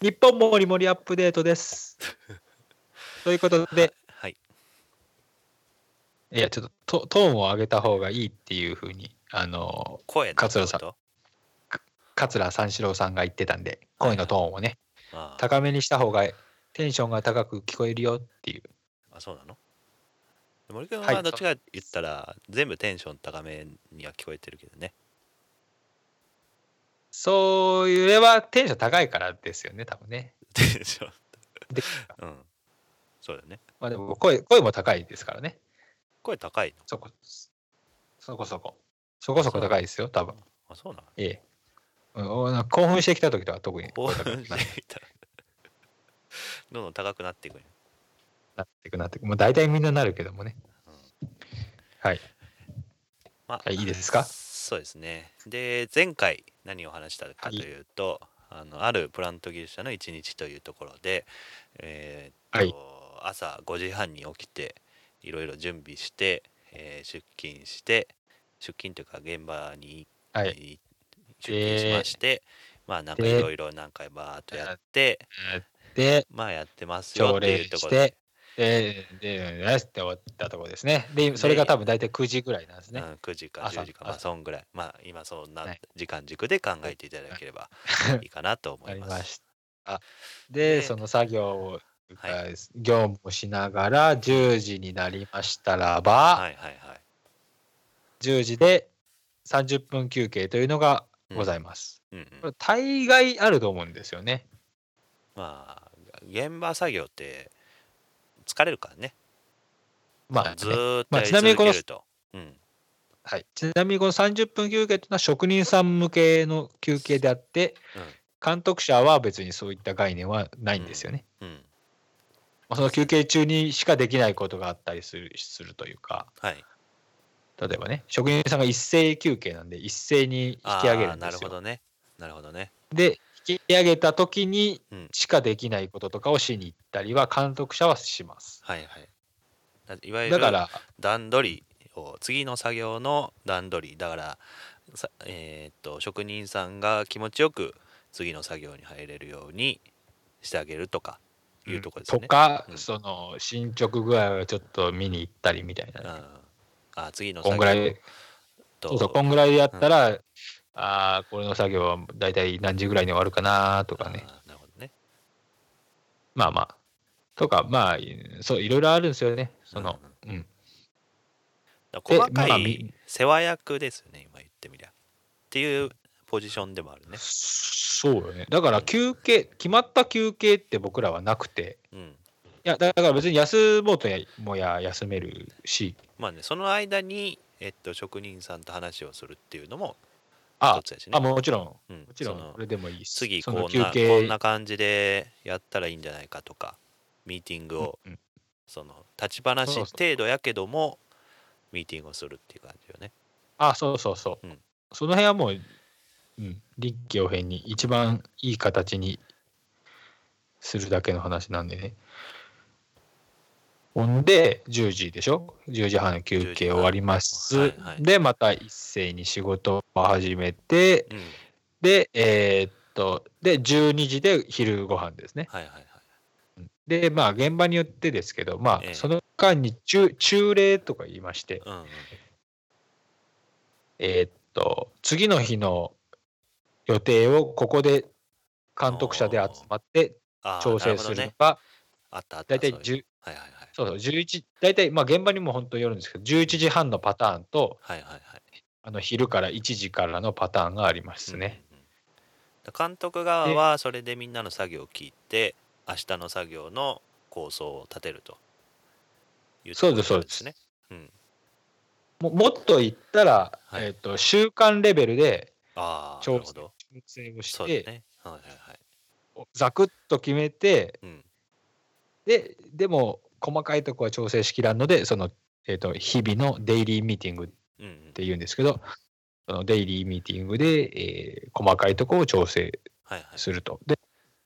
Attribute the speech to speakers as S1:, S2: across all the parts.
S1: 日本もりもりアップデート です。ということで、
S2: はい。
S1: いや、ちょっとトトーンを上げた方がいいっていうふうに、あの、
S2: 声の
S1: 桂さん
S2: こと
S1: 桂三四郎さんが言ってたんで、声のトーンをね、
S2: ああ
S1: 高めにした方がテンションが高く聞こえるよっていう。
S2: あそうなの森君
S1: は
S2: はいどっちか言ったら全部テンション高めには聞こえてるけどね
S1: そういうれはテンション高いからですよね、多分ね。
S2: テンション
S1: で
S2: うんそうだよね
S1: まあでも声、声も高いですからね。
S2: 声高いの
S1: そこ、そこそこ。そこそこ高いですよ、多分。
S2: あそうなの
S1: ええ。うんおなんか興奮してきた時とか特に
S2: 興
S1: 声高く
S2: 奮していたどんどん高くなっていくね
S1: なっていくなっていく。もう大体みんななるけどもね。はい。
S2: ま
S1: はいいいですか
S2: そうですねで前回何を話したかというと、あのあるプラント技術者の一日というところで、えーっと朝5時半に起きていろいろ準備して、えー出勤して出勤というか現場に
S1: はい。
S2: 出勤しまして、まあなんかい
S1: で
S2: ろいろ何回バーっとやって
S1: で、
S2: まあやってますよ
S1: 朝
S2: ってい
S1: 礼
S2: うとこ
S1: し
S2: ろで
S1: て、で、で、やって終わったところですね。で、それが多分大体9時ぐらいなんです
S2: う
S1: ね。
S2: ん、9時か
S1: 朝
S2: 10時かまあ
S1: 朝
S2: そんぐらいまあ今そんな
S1: はい
S2: 時間軸で考えていただければいいかなと思
S1: わか
S2: い
S1: り
S2: ま。
S1: ますした。
S2: で
S1: で、その作業を、
S2: は
S1: 業務をしながら10時になりましたらば、
S2: はいはいはい。
S1: 10時で30分休憩というのがございます。
S2: うんうん
S1: これ大概あると思うんですよね。
S2: まあ現場作業って疲れるからね。
S1: まあね、
S2: ずーっと
S1: まあ
S2: やり
S1: ちなみに
S2: 続
S1: この
S2: けると。うん。
S1: はい、ちなみにこの30分休憩というのは職人さん向けの休憩であって、
S2: うん
S1: 監督者は別にそういった概念はないんですよね。
S2: うん。
S1: まあその休憩中にしかできないことがあったりするするというか、
S2: はい。
S1: 例えばね、職人さんが一斉休憩なんで、一斉に引き上げ
S2: あ
S1: る
S2: ー
S1: ん
S2: なる
S1: です
S2: ほ
S1: よ。
S2: どね。なるほどね。
S1: で、引き上げた時に
S2: うん。
S1: しかできないこととかをしに行ったりは、監督者はします。
S2: はいはい。だいわゆる
S1: だから、
S2: 段取りを次の作業の段取りだからさえーっと職人さんが気持ちよく次の作業に入れるようにしてあげるとかいうとこですよね。
S1: とか、
S2: うん
S1: その進捗具合をちょっと見に行ったりみたいなね、
S2: うんあ次の
S1: こん
S2: 作
S1: ぐら
S2: 業
S1: い
S2: と
S1: そうそう、こんぐらいでやったら、ああ、これの作業は大体何時ぐらいに終わるかなとかね。
S2: あーなるほどね。
S1: まあまあ。とか、まあ、そう、いろいろあるんですよね。その、うん。
S2: だから細か
S1: まあ
S2: い
S1: み
S2: 世話役ですよね、今言ってみりゃ。っていうポジションでもあるね。
S1: そうよね。だから休憩、決まった休憩って僕らはなくて、
S2: うん。
S1: いや、だから別に休もうとやもや休めるし、
S2: まあね、その間に、えっと、職人さんと話をするっていうのも
S1: あ
S2: 一、つやしね。
S1: あもちろん、も
S2: うん、も
S1: ちろん、これでもいいし
S2: 次
S1: そ
S2: こん
S1: の
S2: な
S1: 休
S2: こん
S1: 憩
S2: な感じでやったらいいんじゃないかとかミーティングを、
S1: うんうん
S2: その立ち話
S1: そうそう
S2: 程度やけどもミーティングをするっていう感じよね。
S1: あ、そうそうそう。
S2: うん
S1: その辺はもう、うん、臨機応変に一番いい形にするだけの話なんでね。ほんで、10時でしょ ?10 時半休憩終わります。
S2: はいはい
S1: で、また一斉に仕事を始めて、
S2: うん、
S1: で、えーっと、で、12時で昼ご飯ですね。
S2: はいはいはい。
S1: で、まあ、現場によってですけど、ま
S2: ええ
S1: あ、その間に中、中礼とか言いまして、
S2: うんうん、
S1: えーっと、次の日の予定をここで監督者で集まって
S2: あー
S1: 調
S2: な
S1: 整
S2: ほ
S1: す
S2: ど
S1: るの
S2: ね。
S1: が、
S2: あったあった。
S1: 大体
S2: そういう
S1: 10
S2: はいはい
S1: そうそう、11、大体、まあ現場にも本当によるんですけど、11時半のパターンと、
S2: はい。はいはいはい。
S1: あの昼から1時からのパターンがありますね。
S2: うんうんうん。監督側はそれでみんなの作業を聞いて明日の作業の構想を立てるというとこ
S1: そう
S2: ろ
S1: です
S2: なんね。うん、
S1: ももっと言ったら、
S2: はい
S1: えーっと、週間レベルで
S2: ああな
S1: 調
S2: るほど。
S1: 整をし
S2: そうだ
S1: て、
S2: ね。はいはいはい。
S1: ざくっと決めて、
S2: うん
S1: で、でも、細かいとこは調整しきらんので、その、えーっと、日々のデイリーミーティング
S2: うんうん
S1: っ、て言うんですけど、そのデイリーミーティングで、えー細かいところを調整
S2: はいはい。
S1: すると。で、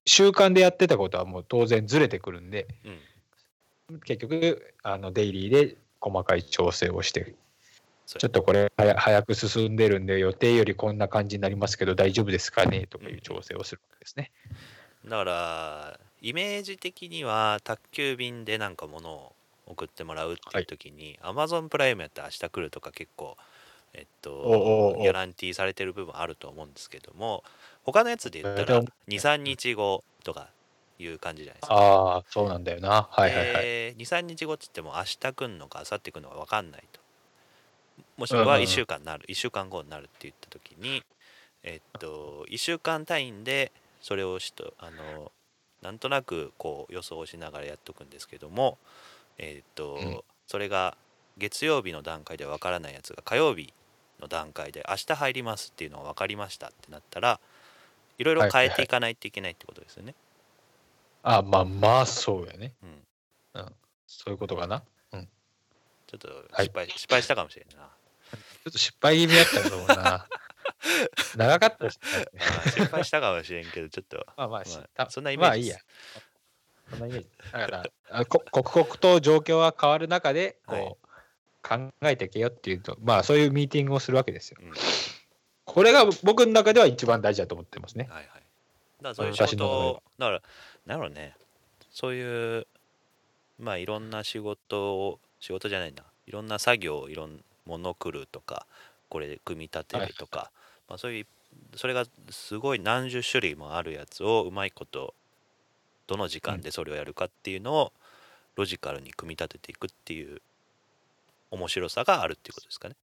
S1: 習慣でやってたことはもう当然ずれてくるんで、
S2: うん
S1: 結局、あのデイリーで細かい調整をして、
S2: そう
S1: ちょっとこれ早早く進んでるんで、予定よりこんな感じになりますけど大丈夫ですかねとかいう調整をするわけですね。
S2: だからイメージ的には宅急便でなんか物を送ってもらうっていう時に、Amazon プライムやったら明日来るとか結構えっと
S1: おうおうおう
S2: ギャランティーされてる部分あると思うんですけども他のやつで言った
S1: 大
S2: ら
S1: 体
S2: 23日後とかいう感じじゃないですか。
S1: ああ、そうなんだよな。はいはいはい。
S2: で23日後っつっても明日来んのか明後日来んのか分かんないともしく
S1: うんうん
S2: は
S1: うん
S2: 1週間になる、1週間後になるって言った時にえっと1週間単位でそれをしとあのなんとなくこう予想しながらやっとくんですけどもえっと、
S1: うん
S2: それが月曜日の段階で分からないやつが火曜日の段階で明日入りますっていうのが分かりましたってなったらいろいろ変えていかないといけないってことですよね。
S1: あまあまあ、そうやね。
S2: うん
S1: そういうことかな。うん。ち
S2: ちょっと
S1: はい
S2: 失敗,、失敗したかもしれないな。
S1: ょっと失敗気味やったと思 うな。長かったしね。
S2: まあ 失敗したかもしれんけど、ちょっと。
S1: まあまあ、
S2: ま
S1: た
S2: あ、そんなイメ
S1: まあ
S2: ー
S1: いい
S2: ジ
S1: や
S2: です。。
S1: そんなイメージ。だから、あこ刻々と状況は変わる中で、こう、考えていけよっていうと、まあそういうミーティングをするわけですよ。
S2: うん
S1: これが僕の中では一番大事だと思ってますね。
S2: はいはい。だからそういう仕
S1: 私
S2: 事
S1: の場合は
S2: を、だから、なんだろうね、そういう、まあいろんな仕事を、仕事じゃないな、いろんな作業、いろんなもの来るとか、これで組み立てるとか、まあそういう、それがすごい何十種類もあるやつをうまいこと、どの時間でそれをやるかっていうのを、ロジカルに組み立てていくっていう面白さがあるっていうことですかね。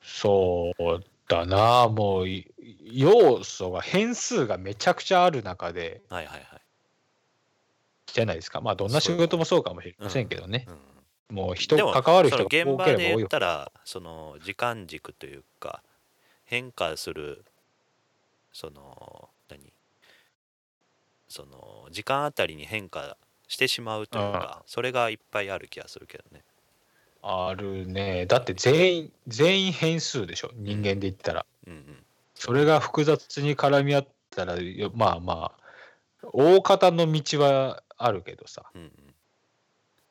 S1: そうだな、もうい要素が変数がめちゃくちゃある中で
S2: はいはいはい。
S1: じゃないですか。まあどんな仕事もそうかもしれませんけどね。
S2: うん
S1: もう人
S2: でも
S1: 関わる
S2: そ
S1: 人
S2: の
S1: が
S2: 現
S1: 多
S2: 場
S1: け
S2: で
S1: れば多い
S2: 言っ
S1: よ。
S2: たらその時間軸というか変化するその何その時間あたりに変化してしまうというかそれがいっぱいある気がするけどね
S1: あるね。だって全員全員変数でしょ。人間で言ったら、
S2: うんうん
S1: それが複雑に絡み合ったらよまあまあ大方の道はあるけどさ、
S2: うんうん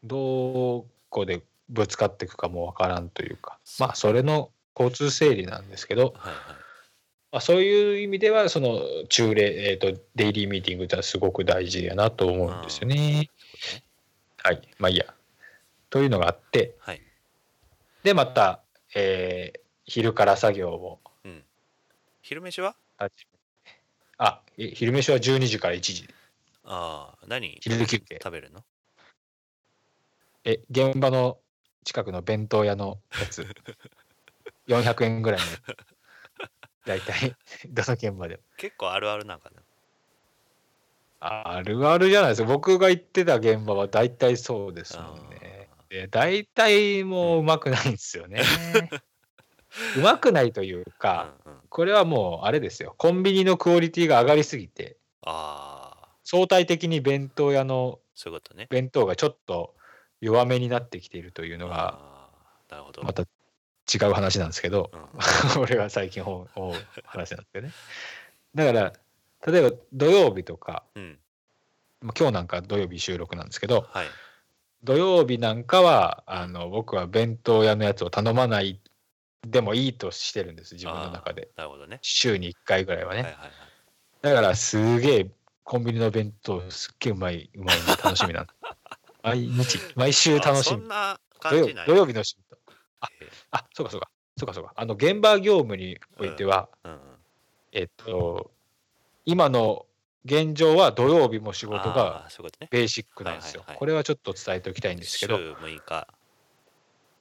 S1: どこでぶつかっていくかもわからんというか、まあ
S2: そ
S1: それの交通整理なんですけど。
S2: はいはい
S1: まあ、そういう意味ではその中例、えー、とデイリーミーティングってのはすごく大事やなと思うんですよね。はいまあいいや。というのがあって
S2: はい
S1: でまた、えー昼から作業を
S2: うん昼飯は
S1: 始めあえ昼飯は12時から1時
S2: ああ何
S1: 昼休憩
S2: 食べるの
S1: え現場の近くの弁当屋のや つ400円ぐらいの大体 どの現場でも
S2: 結構あるあるなんかね
S1: ああるあるじゃないですか僕が行ってた現場は大体そうですもんね。
S2: あー
S1: で大体もううまくないんです よね。うまくないというか、
S2: うんうん
S1: これはもうあれですよコンビニのクオリティが上がりすぎて
S2: ああ
S1: 相対的に弁当屋の
S2: そういうことね
S1: 弁当がちょっと弱めになってきているというのが
S2: ああなるほど、
S1: また違う話なんですけど
S2: うんうん
S1: 俺が最近思う思う話なんですけどね。だから例えば土曜日とか
S2: うん
S1: まあ今日なんか土曜日収録なんですけど
S2: はい
S1: 土曜日なんかはあの僕は弁当屋のやつを頼まないでもいいとしてるんです自分の中で
S2: なるほどね
S1: 週に1回ぐらいはね、
S2: はいはいはい
S1: だからすげえコンビニの弁当すっげえうまいうまいの楽しみ なの毎日毎週楽
S2: あ
S1: し
S2: そ
S1: み
S2: んな
S1: 土
S2: 感
S1: 曜
S2: じない
S1: 土曜日の仕事
S2: えー
S1: あそうかそうかそうかそうかあの現場業務においては、
S2: うんうん、
S1: えっと今の現状は土曜日も仕事が
S2: あーそういうことね
S1: ベーシックなんですよ、
S2: はいはいはい
S1: これはちょっと伝えておきたいんですけど、
S2: 週6日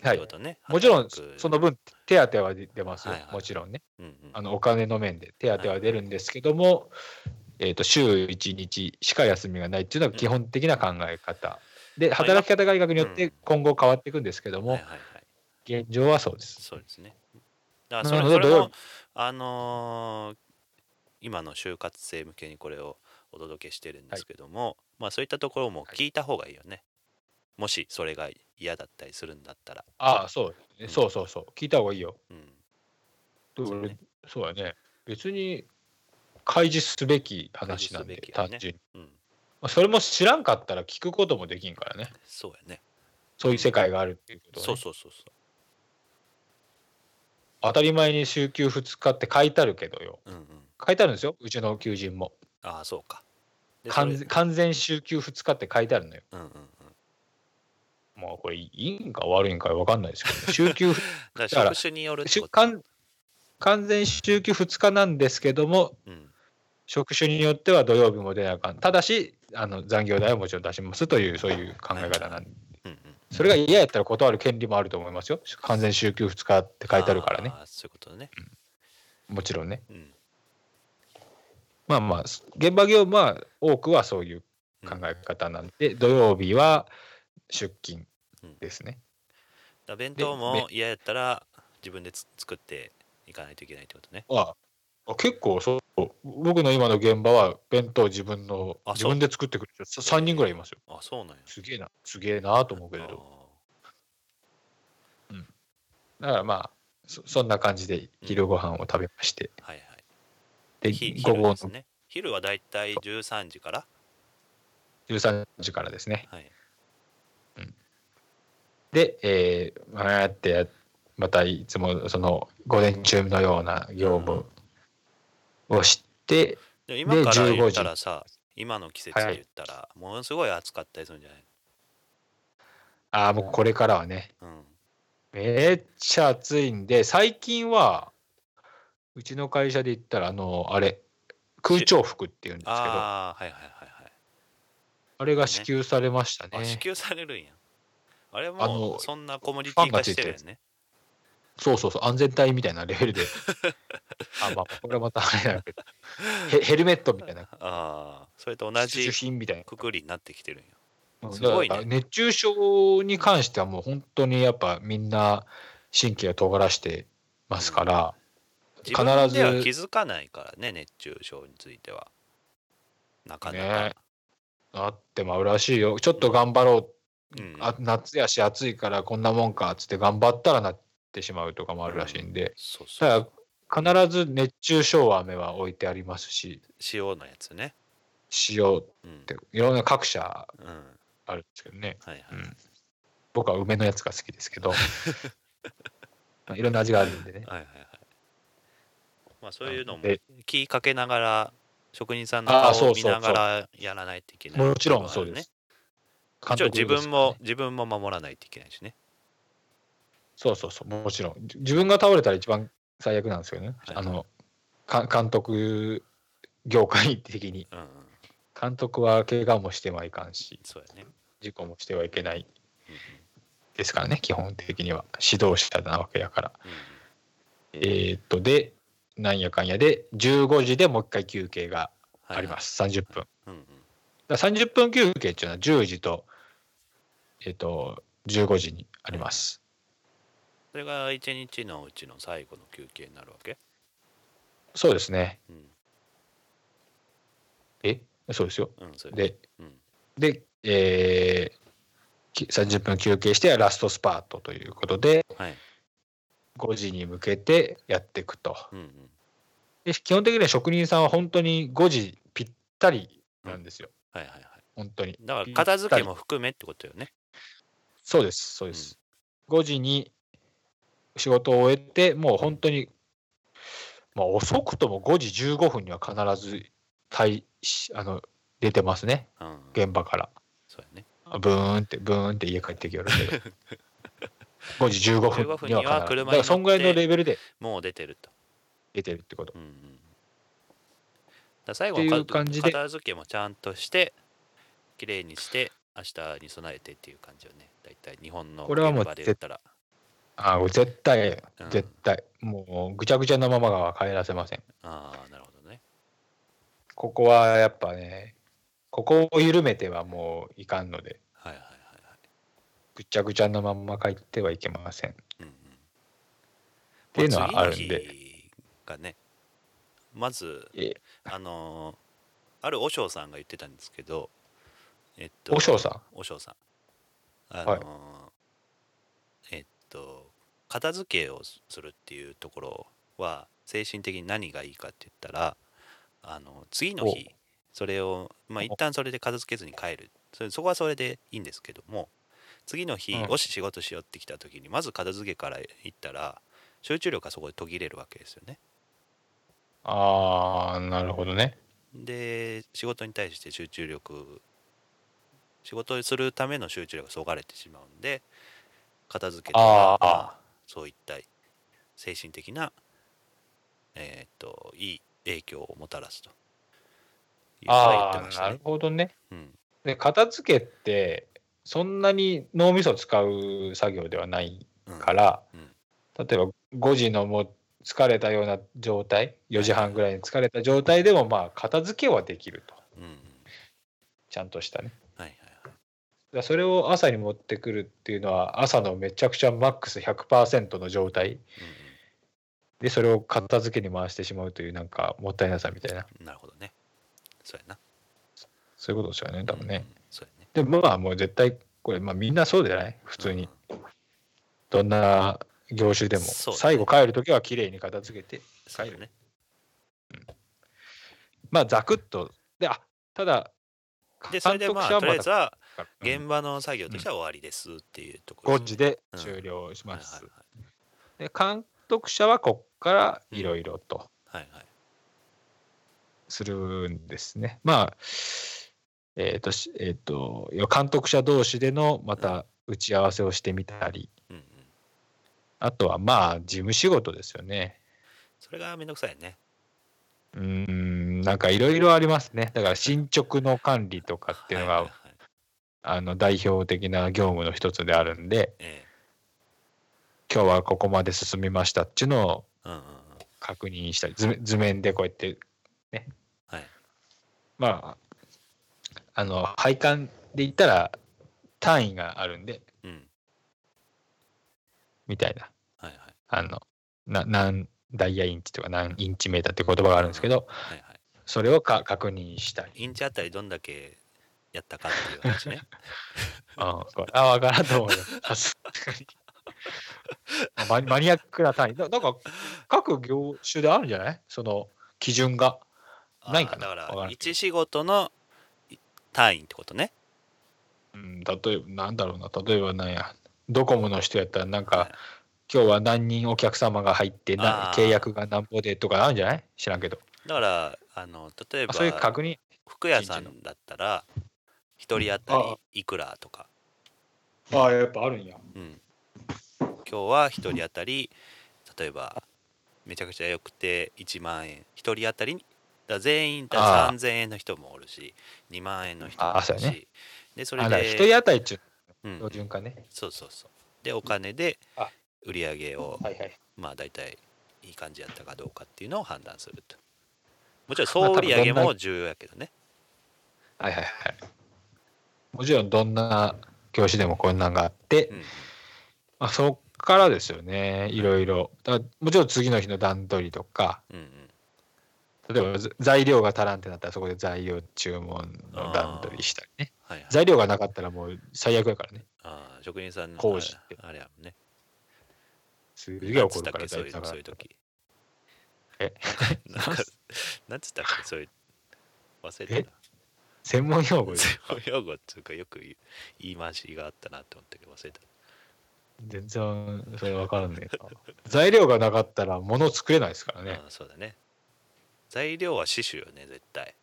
S1: は
S2: って
S1: い
S2: こ、とね
S1: もちろん
S2: 働く
S1: その分手当は出ますよ、
S2: はいはい
S1: もちろんね
S2: うんうん、
S1: あのお金の面で手当は出るんですけども、えー、と週1日しか休みがないっていうのが基本的な考え方、で働き方改革によっ
S2: うん
S1: て今後変わっていくんですけども、
S2: はいはいはい
S1: 現状はそうです。
S2: そうですねだからそれ
S1: なので
S2: それ
S1: 土曜
S2: も
S1: 日
S2: あのー今の就活生向けにこれをお届けしてるんですけども、まあそういったところも聞いた方がいいよね、もしそれが嫌だったりするんだったら、
S1: ああそう
S2: うん
S1: そうそうそう聞いた方がいいよ。
S2: うん、そ
S1: で
S2: う
S1: 俺
S2: ね
S1: そうだね別に開示すべき話なんで、
S2: 開示すべきやね
S1: 単純に、
S2: うん、
S1: まあ、それも知らんかったら聞くこともできんからね
S2: そうやね
S1: そういう世界があるっていうことをね
S2: そうそうそうそ
S1: 当たり前に週休2日って書いてあるけどよ
S2: ううんうん
S1: 書いてあるんですようちの求人も
S2: ああそうかでそれ
S1: 完全完全週休2日って書いてあるのよ。
S2: うんうんうん
S1: まあこれいいんか悪いんか分かんないですけ ど、週休
S2: だか
S1: からら
S2: 職種によるって
S1: 週
S2: こと、
S1: 完完全週休2日なんですけども、
S2: うん、
S1: 職種によっては土曜日も出なあかん。ただし、あの残業代はもちろん出しますという、そういう考え方なんで、
S2: うんうん、
S1: それが嫌やったら断る権利もあると思いますよ。完全週休2日って書いてあるからね、
S2: あーそういうことね、
S1: もちろんね。
S2: うん、
S1: まあまあ、現場業務は多くはそういう考え方なんで、土曜日は出勤ですね。
S2: だ弁当も嫌やったら自分でつ作っていかないといけないってことね
S1: ああ結構そう僕の今の現場は弁当自分の
S2: あそう
S1: 自分で作ってくる人さ3人ぐらいいますよ
S2: あそうなんや
S1: すげえなすげえなと思うけれどだからまあそそんな感じで昼ご飯を食べまして、
S2: あーはいはい
S1: で
S2: ひ
S1: 午
S2: 昼で
S1: 後の
S2: すね昼はだいたい13時から
S1: 13時からですね
S2: はい
S1: でえー、わーってやまたいつもその午前中のような業務をして、
S2: でも今から
S1: 15
S2: 言ったらさ今の季節で言ったら、ものすごい暑かったりするんじゃない
S1: ああもうこれからはね
S2: のうん
S1: めっちゃ暑いんで、最近は、うちの会社で言ったら、あの、あれ、空調服っていうんですけど、あ
S2: ああはいはいはいはい
S1: れが支給されましたね。
S2: あ支給されるんやあれ
S1: あ
S2: もう
S1: の
S2: そんなコモディティ化してるよね
S1: そうそうそう、安全帯みたいなレ ベルで。あ、まあ、これはまたあれだけど、ヘヘルメットみたいな、
S2: ああそれと同
S1: 必
S2: じ
S1: 需品みたいな。
S2: くくりになってきてるんや
S1: うん
S2: すごいね
S1: だから熱中症に関してはもう本当にやっぱみんな神経を尖らしてますから、
S2: 自分では
S1: 必ず
S2: 気づかないからね熱中症についてはなかなか、
S1: ねあってまうらしいよ。ちょっと頑張ろう
S2: うん、
S1: あ夏やし暑いからこんなもんかっつって頑張ったらなってしまうとかもあるらしいんで、
S2: そうそう
S1: ただ必ず熱中症飴は置いてありますし
S2: 塩のやつね
S1: 塩っ
S2: うん、
S1: ていろんな各社
S2: うん、はい
S1: あるんですけどね
S2: はい、
S1: うん僕は梅のやつが好きで すけどまあいろんな味があるんでね
S2: はいはいはいまあ そういうのも
S1: で
S2: 気かけながら職人さんの
S1: あー
S2: 顔
S1: そ
S2: を
S1: う
S2: 見
S1: そうそ
S2: なが
S1: う
S2: らやらないといけない
S1: もちろんそうです
S2: ね
S1: 監
S2: 一応自
S1: 督ですからね
S2: 分も自分も守らないといけないしね
S1: そうそうそうもちろんじ自分が倒れたら一番最悪なんですよね、
S2: はい
S1: あのか監督業界的に
S2: うん、うん、
S1: 監督は怪我もしてはいかんし
S2: そうやね、
S1: 事故もしてはいけない
S2: うん
S1: ですからね基本的には指導者なわけやから
S2: うんうん
S1: えーっとでなんやかんやで15時でもう一回休憩が
S2: はい
S1: あります、30分
S2: うんうん
S1: だから30分休憩っていうのは10時とえーっと15時にあります、
S2: それが一日のうちの最後の休憩になるわけ、
S1: そうですね
S2: うん
S1: えそうですよ
S2: うん、それ
S1: で
S2: うん
S1: でえーき30分休憩してラストスパートということで
S2: はい
S1: 5時に向けてやっていくと
S2: うんうん
S1: で基本的には職人さんは本当に5時ぴったりなんですよ、
S2: はいはいはい
S1: 本当に
S2: だから片付けも含めってことよね。
S1: そうです、そうです。5時に仕事を終えて、もう本当に、まあ、遅くとも5時15分には必ず退しあの出てますね、
S2: うん、
S1: 現場から。
S2: そうやね。
S1: あブーンって、ブーンって家帰ってきよるけ ど。5時15分には必ず。
S2: 15分には車に乗って
S1: だから、そんぐらいのレベルで
S2: もう出てると。
S1: 出てるってこと。
S2: うんうん、だから最後は
S1: っていう
S2: か
S1: 感じで
S2: 片付けもちゃんとして、きれいにして、明日に備えてっていう感じよね。だいたい日本の
S1: これはもう
S2: 現場で言ったら。
S1: ああ、絶対
S2: うん、
S1: 絶対、もうぐちゃぐちゃなままが帰らせません。
S2: ああ、なるほどね。
S1: ここはやっぱね、ここを緩めてはもういかんので。
S2: はいはいはいはい。
S1: ぐちゃぐちゃのまんま帰ってはいけません。っ
S2: うんうん、って
S1: いうのはあるんで。
S2: で。がね、まず、
S1: え
S2: あのーある和尚さんが言ってたんですけど、えっと、
S1: 和尚さ
S2: 和尚さん。あのーえっと片付けをするっていうところは精神的に何がいいかって言ったらあの次の日それをまあ一旦それで片付けずに帰るそれそこはそれでいいんですけども次の日、
S1: うん
S2: もし仕事しようってきた時にまず片付けから行ったら集中力がそこで途切れるわけですよね。
S1: ん。ああ、なるほどね。
S2: で仕事に対して集中力仕事をするための集中力がそがれてしまうんで片付けとか
S1: あー
S2: まあそういった精神的なえーっといい影響をもたらすということは言って
S1: あ
S2: まし
S1: あ、な
S2: た
S1: る
S2: ね。
S1: ほどね。
S2: うん
S1: で片付けってそんなに脳みそ使う作業ではない
S2: うん
S1: から、
S2: うん
S1: 例えば5時のもう疲れたような状態4時半ぐらいに疲れた状態でもまあ片付けはできると
S2: うんうん
S1: ちゃんとしたね。
S2: はいはいはい
S1: だからそれを朝に持ってくるっていうのは朝のめちゃくちゃマックス100%の状
S2: う
S1: 態
S2: ん
S1: でそれを片付けに回してしまうというなんかもったいなさみたいな
S2: うんなるほどね。そうやな。
S1: そういうことですよね多分ね。
S2: うん。そうやね。
S1: でまあもう絶対これまあみんなそうじゃない普通に
S2: うん
S1: どんな業種でも、
S2: そうですね
S1: 最後帰る時は綺麗に片付けて
S2: そうやね。
S1: まあざくっとであただ
S2: でそれでまあ
S1: 監督者は
S2: とりあえずは
S1: まだうん
S2: 現場の作業としては終わりですっていうところ
S1: 5時で
S2: うん
S1: 終了し
S2: はいは
S1: ま
S2: い
S1: す、で監督者はこっからいろいろと
S2: はいはいはい
S1: するんですねまあえっ、としえっ、と要は監督者同士でのまた打ち合わせをしてみたり
S2: うんうん
S1: あとはまあ事務仕事ですよね
S2: それがめんどくさいね
S1: うーんなんかいろいろありますねだから進捗の管理とかっていうの
S2: はいは
S1: が
S2: いはい
S1: あの代表的な業務の一つであるんで
S2: え
S1: 今日はここまで進みましたっていうのを
S2: えうんうんうん
S1: 確認したり図図面でこうやって
S2: はい
S1: まああの配管で言ったら単位があるんで
S2: うん
S1: みたいな
S2: はいはい
S1: あのな何ダイヤインチとか何インチメーターっていう言葉があるんですけど
S2: はいは
S1: それをか確認したり、
S2: いインチあたりどんだけやったかっていう話ね
S1: うん、これあ分からんと思うよさすがにあマニマニアックな単位だなんか各業種であるんじゃないその基準が。 ないか
S2: あ
S1: な
S2: ーだ
S1: わ
S2: か
S1: からんけど
S2: 一仕事のい単位ってことね
S1: うん例えばなんだろうな例えばなんやドコモの人やったらなんか、
S2: はい
S1: 今日は何人お客様が入ってな
S2: あー
S1: 契約が何歩でとかあるんじゃない知らんけど
S2: だからあの例え
S1: あ
S2: ば
S1: そういう確認
S2: 服屋さんだったら一人当たりいくらとか
S1: ああやっぱあるんや
S2: うん、今日は1人当たり例えばめちゃくちゃ良くて1万円1人当たりにだから全員だ
S1: あー
S2: 3000円の人もおるし2万円の人も
S1: あー
S2: お
S1: そう
S2: るし
S1: やね
S2: でそ
S1: あ
S2: れ
S1: だから
S2: で
S1: 一人当たりっちゅう
S2: うん
S1: 標準化ね、
S2: そうそうそうでお金で
S1: あ
S2: 売り上げを
S1: はいはい
S2: まあ大体いい感じやったかどうかっていうのを判断するともちろん総売り上げも重要やけどね
S1: はいはいはいもちろんどんな教師でもこんなんがあって、
S2: うん
S1: まあ、そっからですよねいろいろだからもちろん次の日の段取りとか
S2: うんうん
S1: 例えばざ材料が足らんってなったらそこで材料注文の段取りしたりね
S2: はいはい
S1: 材料がなかったらもう最悪やからね
S2: あー職人さんの
S1: 工事って
S2: あれやもんね
S1: すげえ怒る
S2: な
S1: か
S2: ん
S1: ら
S2: つったっけそういう
S1: だか
S2: そう
S1: ら
S2: いう時
S1: え
S2: なんかなんつったっけそういう忘れて
S1: 専門用語
S2: た
S1: で
S2: 専門用語っていうかよく言う言い回しがあったなと思ったけど忘れた
S1: 全然それ分からんねえな材料がなかったら物作れないですからね
S2: ああそうだね材料は死守よね絶対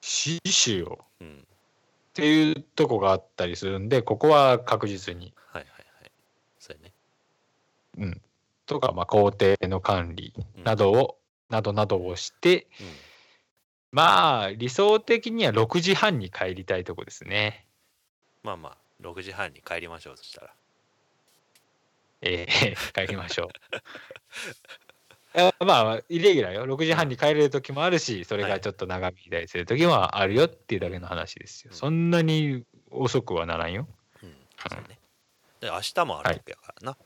S1: 死守をっ
S2: うん
S1: ていうとこがあったりするんでここは確実に
S2: はいはいはいそうやね
S1: うんとかまあ工程の管理
S2: うん
S1: などを、などなどをして
S2: うん
S1: まあ理想的には6時半に帰りたいとこですね
S2: まあまあ6時半に帰りましょうそしたら
S1: えー 帰りましょういやまあイレギュラーよ6時半に帰れる時もあるしそれがちょっと長引いたりする時もあるよっていうだけの話ですよ、
S2: うん
S1: そんなに遅くはならんよ
S2: うんそうねで明日もあるわけやからな、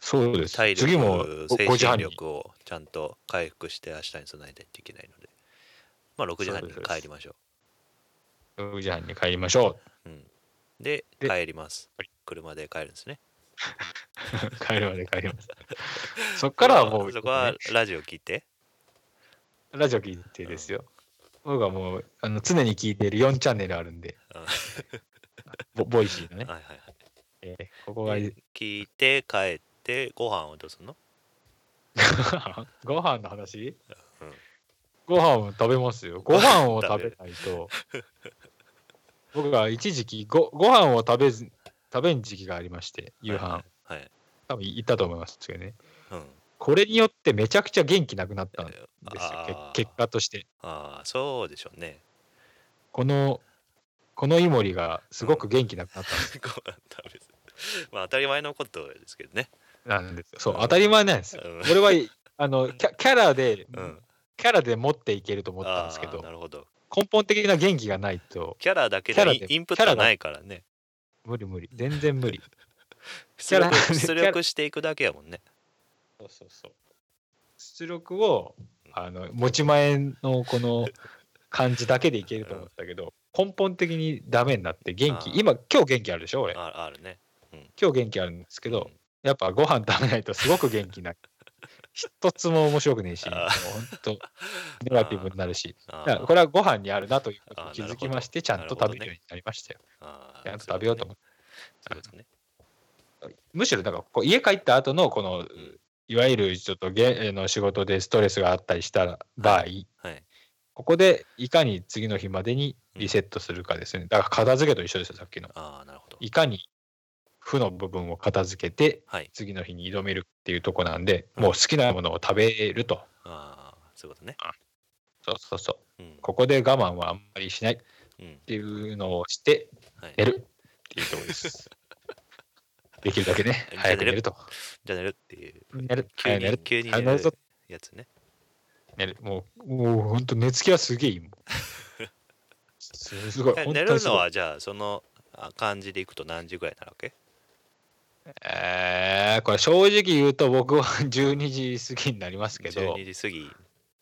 S1: そうです
S2: 体力
S1: 次も5時
S2: 精
S1: 半
S2: 神
S1: に
S2: 力をちゃんと回復して明日に備えないといけないのでまあ6時半に
S1: そうです
S2: 帰りましょう
S1: 6時半に帰りましょ
S2: うん、で
S1: で
S2: 帰ります
S1: はい。
S2: 車で帰るんですね。
S1: う 帰るまで帰ります そっからはもう、
S2: そこはラジオ聞いて。
S1: ラジオ聞いてですよ、僕はもうあの常に聞いてる4チャンネルあるんで
S2: うん
S1: ボボイシーのね、
S2: はいはい
S1: えーここ
S2: は
S1: が
S2: い。聞いて帰っ てご飯をどうすんの？
S1: ご飯の話、
S2: うん
S1: ご飯を食べますよ。ご飯を食べない と。僕は一時期ご、ご飯を食べず、食べん時期がありまして、夕飯。
S2: はいはい、
S1: 多分行ったと思いますけどね。
S2: うん、
S1: これによってめちゃくちゃ元気なくなったんですよ。け
S2: あー
S1: 結果として。
S2: あーそうでしょうね
S1: この、このイモリがすごく元気なくなったん です
S2: ご飯食べず まあ当たり前のことですけどね、
S1: なんですよ。そう
S2: う、ん
S1: 当たり前なんですよ。
S2: うん
S1: 俺は、あのキャ、キャラで、
S2: うん、
S1: キャラで持っていけると思ったんですけ
S2: あー
S1: ど
S2: な、るほど
S1: 根本的な元気がないと、
S2: キャラだけ
S1: キャラ
S2: でイ
S1: で
S2: ンインプッ
S1: キャ
S2: ト
S1: ラだ
S2: ないからね
S1: 無理無理。全然無理。キ
S2: 出
S1: ャラ
S2: 力出力していくだけやもんね
S1: そうそうそう。出力を、あの、持ち前の この感じだけでいけると思ったけど、根本的にダメになって元気、
S2: あー
S1: 今、今日元気あるでしょ、俺。
S2: ああるね
S1: 今日元気あるんですけど
S2: うん、
S1: やっぱご飯食べないとすごく元気ない。一つも面白くねえし、
S2: あー
S1: もう本当ネガティブになるし、
S2: あー
S1: だからこれはご飯にあるなということ
S2: あ
S1: に
S2: ー
S1: 気
S2: なる
S1: づ
S2: ほど
S1: きまして、ちゃんと食べるようになりましたよ。
S2: あ
S1: ちゃん
S2: ー
S1: と食べようと思って。
S2: そういうことね
S1: むしろなんかこう家帰った後のこの
S2: ん
S1: いわゆるちょっとげの仕事でストレスがあったりした場合
S2: はい
S1: ここでいかに次の日までにリセットするかですねだから片付けと一緒ですよさっきの
S2: ああなるほど
S1: いかに負の部分を片付けて
S2: はい
S1: 次の日に挑めるっていうとこなんで
S2: うん
S1: もう好きなものを食べると
S2: ああそういうことね
S1: そうそうそう
S2: うん
S1: ここで我慢はあんまりしないっ
S2: うん
S1: ていうのをして
S2: はい
S1: 寝 るっていうところです できるだけね
S2: じゃあ
S1: 早く寝ると
S2: じゃあ寝るっていう
S1: 寝る
S2: 急
S1: 早く寝
S2: に
S1: る
S2: 急に
S1: 早
S2: 寝
S1: く寝るぞ
S2: るやつね
S1: 寝るもう、もう本当寝つきはすげえいいもん。すすごい。本
S2: 寝
S1: 当
S2: る
S1: にす
S2: の
S1: ごい。
S2: はじゃあそのあ感じでいくと何時ぐらいになるわけ
S1: えー、これ正直言うと僕は 12時過ぎになりますけど、
S2: 12時過ぎ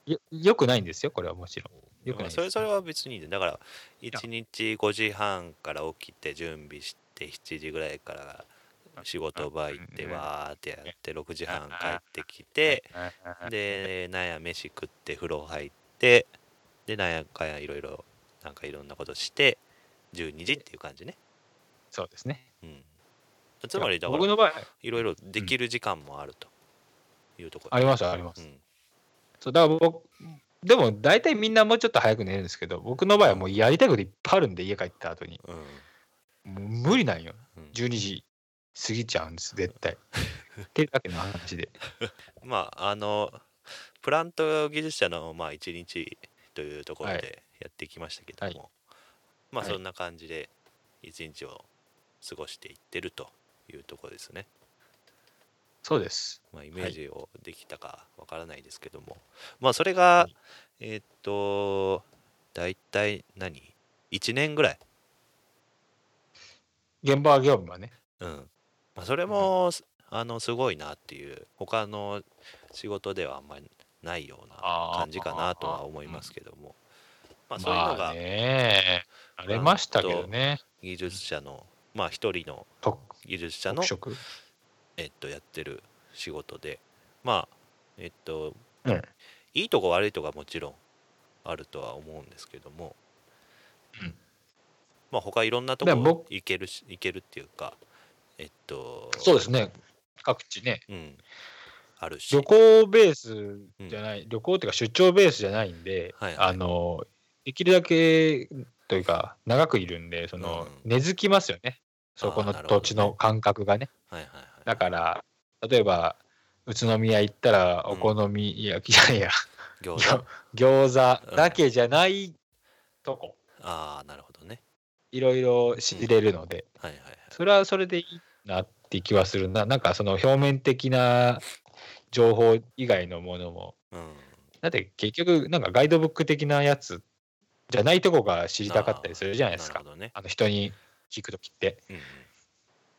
S1: よよくないんですよ、これはもちろん。よく
S2: ま
S1: な
S2: あ
S1: い
S2: そ
S1: で
S2: れ
S1: す。
S2: それは別にいいねだから1日5時半から起きて準備して7時ぐらいから仕事場行って
S1: うん
S2: わーってやって6時半帰ってき
S1: で
S2: て、
S1: うん
S2: でなんや飯食って風呂入ってでなんやかんやいろいろなんかいろんなことして12時っていう感じね、
S1: そうですね。
S2: うん、つまりだか
S1: 僕
S2: ら
S1: の場合、
S2: いろいろできる時間もあるというところ
S1: あります、ありま
S2: う
S1: す。
S2: ん、
S1: そうだから僕、でも大体みんなもうちょっと早く寝るんですけど、僕の場合はもうやりたいこといっぱいあるんで、家帰った後に。
S2: うん
S1: もう無理なんよ。
S2: うん
S1: 12時過ぎちゃうんです、絶対。っていうだけの話で。
S2: まああのプラント技術者のまあ一日というところ
S1: はい
S2: でやってきましたけども、まあ
S1: はい
S2: そんな感じで一日を過ごしていってるというところですね。
S1: そうです。
S2: まあ、イメージをできたかわからないですけども、まあそれが、
S1: はい
S2: えーっと大体何1年ぐらい、
S1: 現場業務はね。
S2: うんまあ、それも、あのすごいなっていう他の仕事ではあんまりないような
S1: あー
S2: 感じかなとは思いますけども、まあ、そういうの
S1: まあ
S2: が
S1: ね、あれましたけどね。
S2: 技術者の、まあ一人の
S1: 特
S2: 技術者の
S1: 特、色。
S2: えっと、やってる仕事でまあえっと、
S1: うん
S2: いいとこ悪いとこはもちろんあるとは思うんですけども、
S1: うん
S2: まあ他いろんなと
S1: で
S2: こ
S1: 僕
S2: 行けるし行けるっていうかえっと
S1: そうですね。各地ね。
S2: うんあるし
S1: 旅行ベースじゃない、旅行っていうか出張ベースじゃないんで、
S2: はいはい
S1: あの、できるだけというか、長くいるんで、その、
S2: うん
S1: 根付きますよね。そこの
S2: あーなるほど
S1: 土地の感覚がね。
S2: はいはいはい
S1: だから、例えば、宇都宮行ったら、お好み焼き、いやいや、
S2: 餃
S1: 餃
S2: 子
S1: 餃子だけじゃないとこ、
S2: ああなるほどね
S1: いろいろ知れるので、
S2: はいはいはい
S1: それはそれでいいなって気はするな。なんかその表面的な情報以外のものも。
S2: うん
S1: だって結局、なんかガイドブック的なやつじゃないとこが知りたかったりするじゃないです
S2: あ
S1: か
S2: ー。なるほどね、
S1: あの人に聞くときって。
S2: うんうん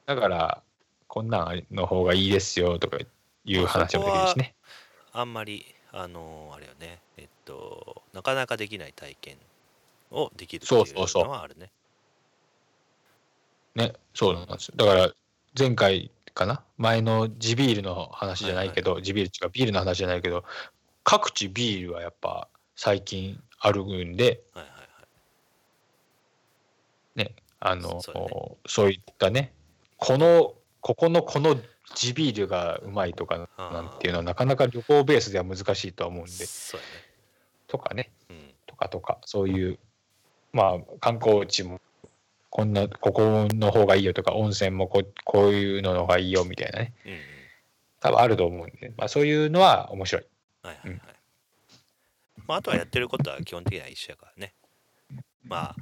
S1: だから、こんなんの方がいいですよとかいう話もできるしね。
S2: あんまりあのーあれよねえっとなかなかできない体験をできるってい
S1: そううそうそう
S2: のはあるね
S1: ね、そうなんですよ。だから、前回かな前の地ビールの話じゃないけど、地ビールっていうかビールの話じゃないけど、各地ビールはやっぱ最近あるんで、
S2: はいはいはい
S1: ね、あの
S2: そ
S1: そ
S2: だね
S1: うういったねこのここのこの地ビールがうまいとか
S2: あー
S1: なんていうのはなかなか旅行ベースでは難しいとは思うんで
S2: そうやね
S1: とかね、
S2: うん
S1: とかとか、そういう、まあ、観光地も、こんな、ここの方がいいよとか、温泉もここういうののがいいよみたいなね、
S2: うんうん
S1: 多分あると思うんで、まあ、そういうのは面白い。
S2: はいはいはい。まあ、あとはやってることは基本的には一緒やからね。ま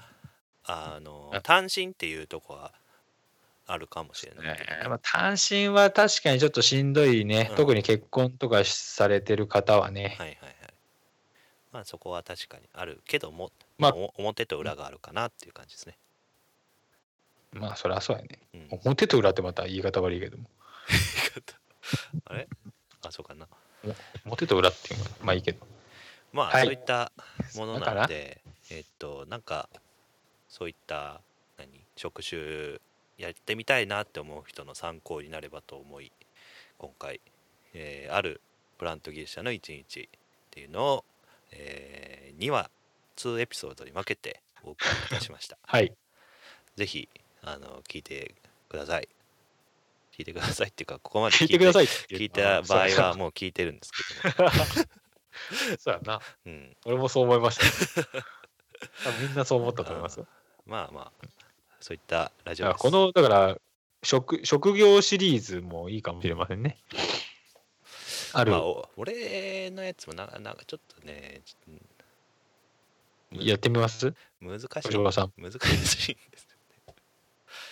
S2: あ、あの
S1: あ、
S2: 単身っていうとこはあるかもしれないけど。
S1: まあ、単身は確かにちょっとしんどいね、
S2: うん
S1: 特に結婚とかされてる方はね、
S2: はいはいはい。まあそこは確かにあるけども、ま
S1: まあ
S2: あ、お表と裏があるかなっていう感じですね。
S1: まあ、そりゃそうやね。
S2: うん、
S1: 表と裏ってまた言い方悪いけども、
S2: あれあ、そうかな。
S1: 表と裏っていうのは、まあいいけど。
S2: まあ、
S1: はい
S2: そういったものな
S1: だ
S2: の
S1: か
S2: で、えっと、なんか、そういった、何、職種やってみたいなって思う人の参考になればと思い、今回、えーあるプラントギリシャの一日っていうのを、え2話、2エピソードに分けてお送りいたしました。
S1: はい、
S2: ぜひあの聞いてください。聞いてくださいっていうか、ここまで
S1: 聞いてくださ
S2: い。
S1: い。
S2: 聞いた場合はもう聞いてるんですけども、
S1: そうやな。
S2: うん、
S1: 俺もそう思いました。多分みんなそう思ったと思い ますよ。
S2: まあまあ、そういったラジ
S1: だ
S2: オで
S1: から
S2: す。
S1: この、だから職、職業シリーズもいいかもしれませんね。ある
S2: まあ、お俺のやつもな、なんかちょっとね、ちょっ
S1: やってみます
S2: と難しい。
S1: 星葉さん。
S2: 難しいんです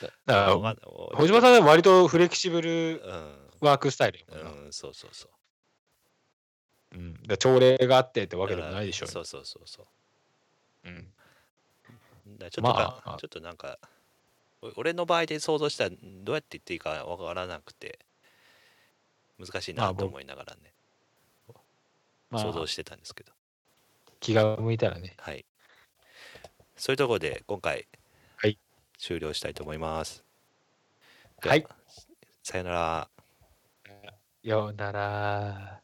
S1: だ
S2: よ。
S1: か
S2: わ
S1: ら
S2: かんない
S1: 星葉さんは割とフレキシブル
S2: う
S1: ワークスタイルやもんな、
S2: ん、うん、そうそうそう。
S1: うんだから朝礼があってってわけでもないでしょ
S2: だからそうそうそうそう。
S1: う、うん
S2: だからちょっとか、
S1: まあ
S2: ちょっとなんか、お俺の場合で想像したらどうやって言っていいかわからなくて、難しい
S1: まあ
S2: なと
S1: 僕
S2: 思いながらね。
S1: ま
S2: 想像
S1: あ、
S2: してたんですけど、
S1: 気が向いたらね
S2: はいそういうところで今回、
S1: はい
S2: 終了したいと思います
S1: はい
S2: さよなら
S1: ようなら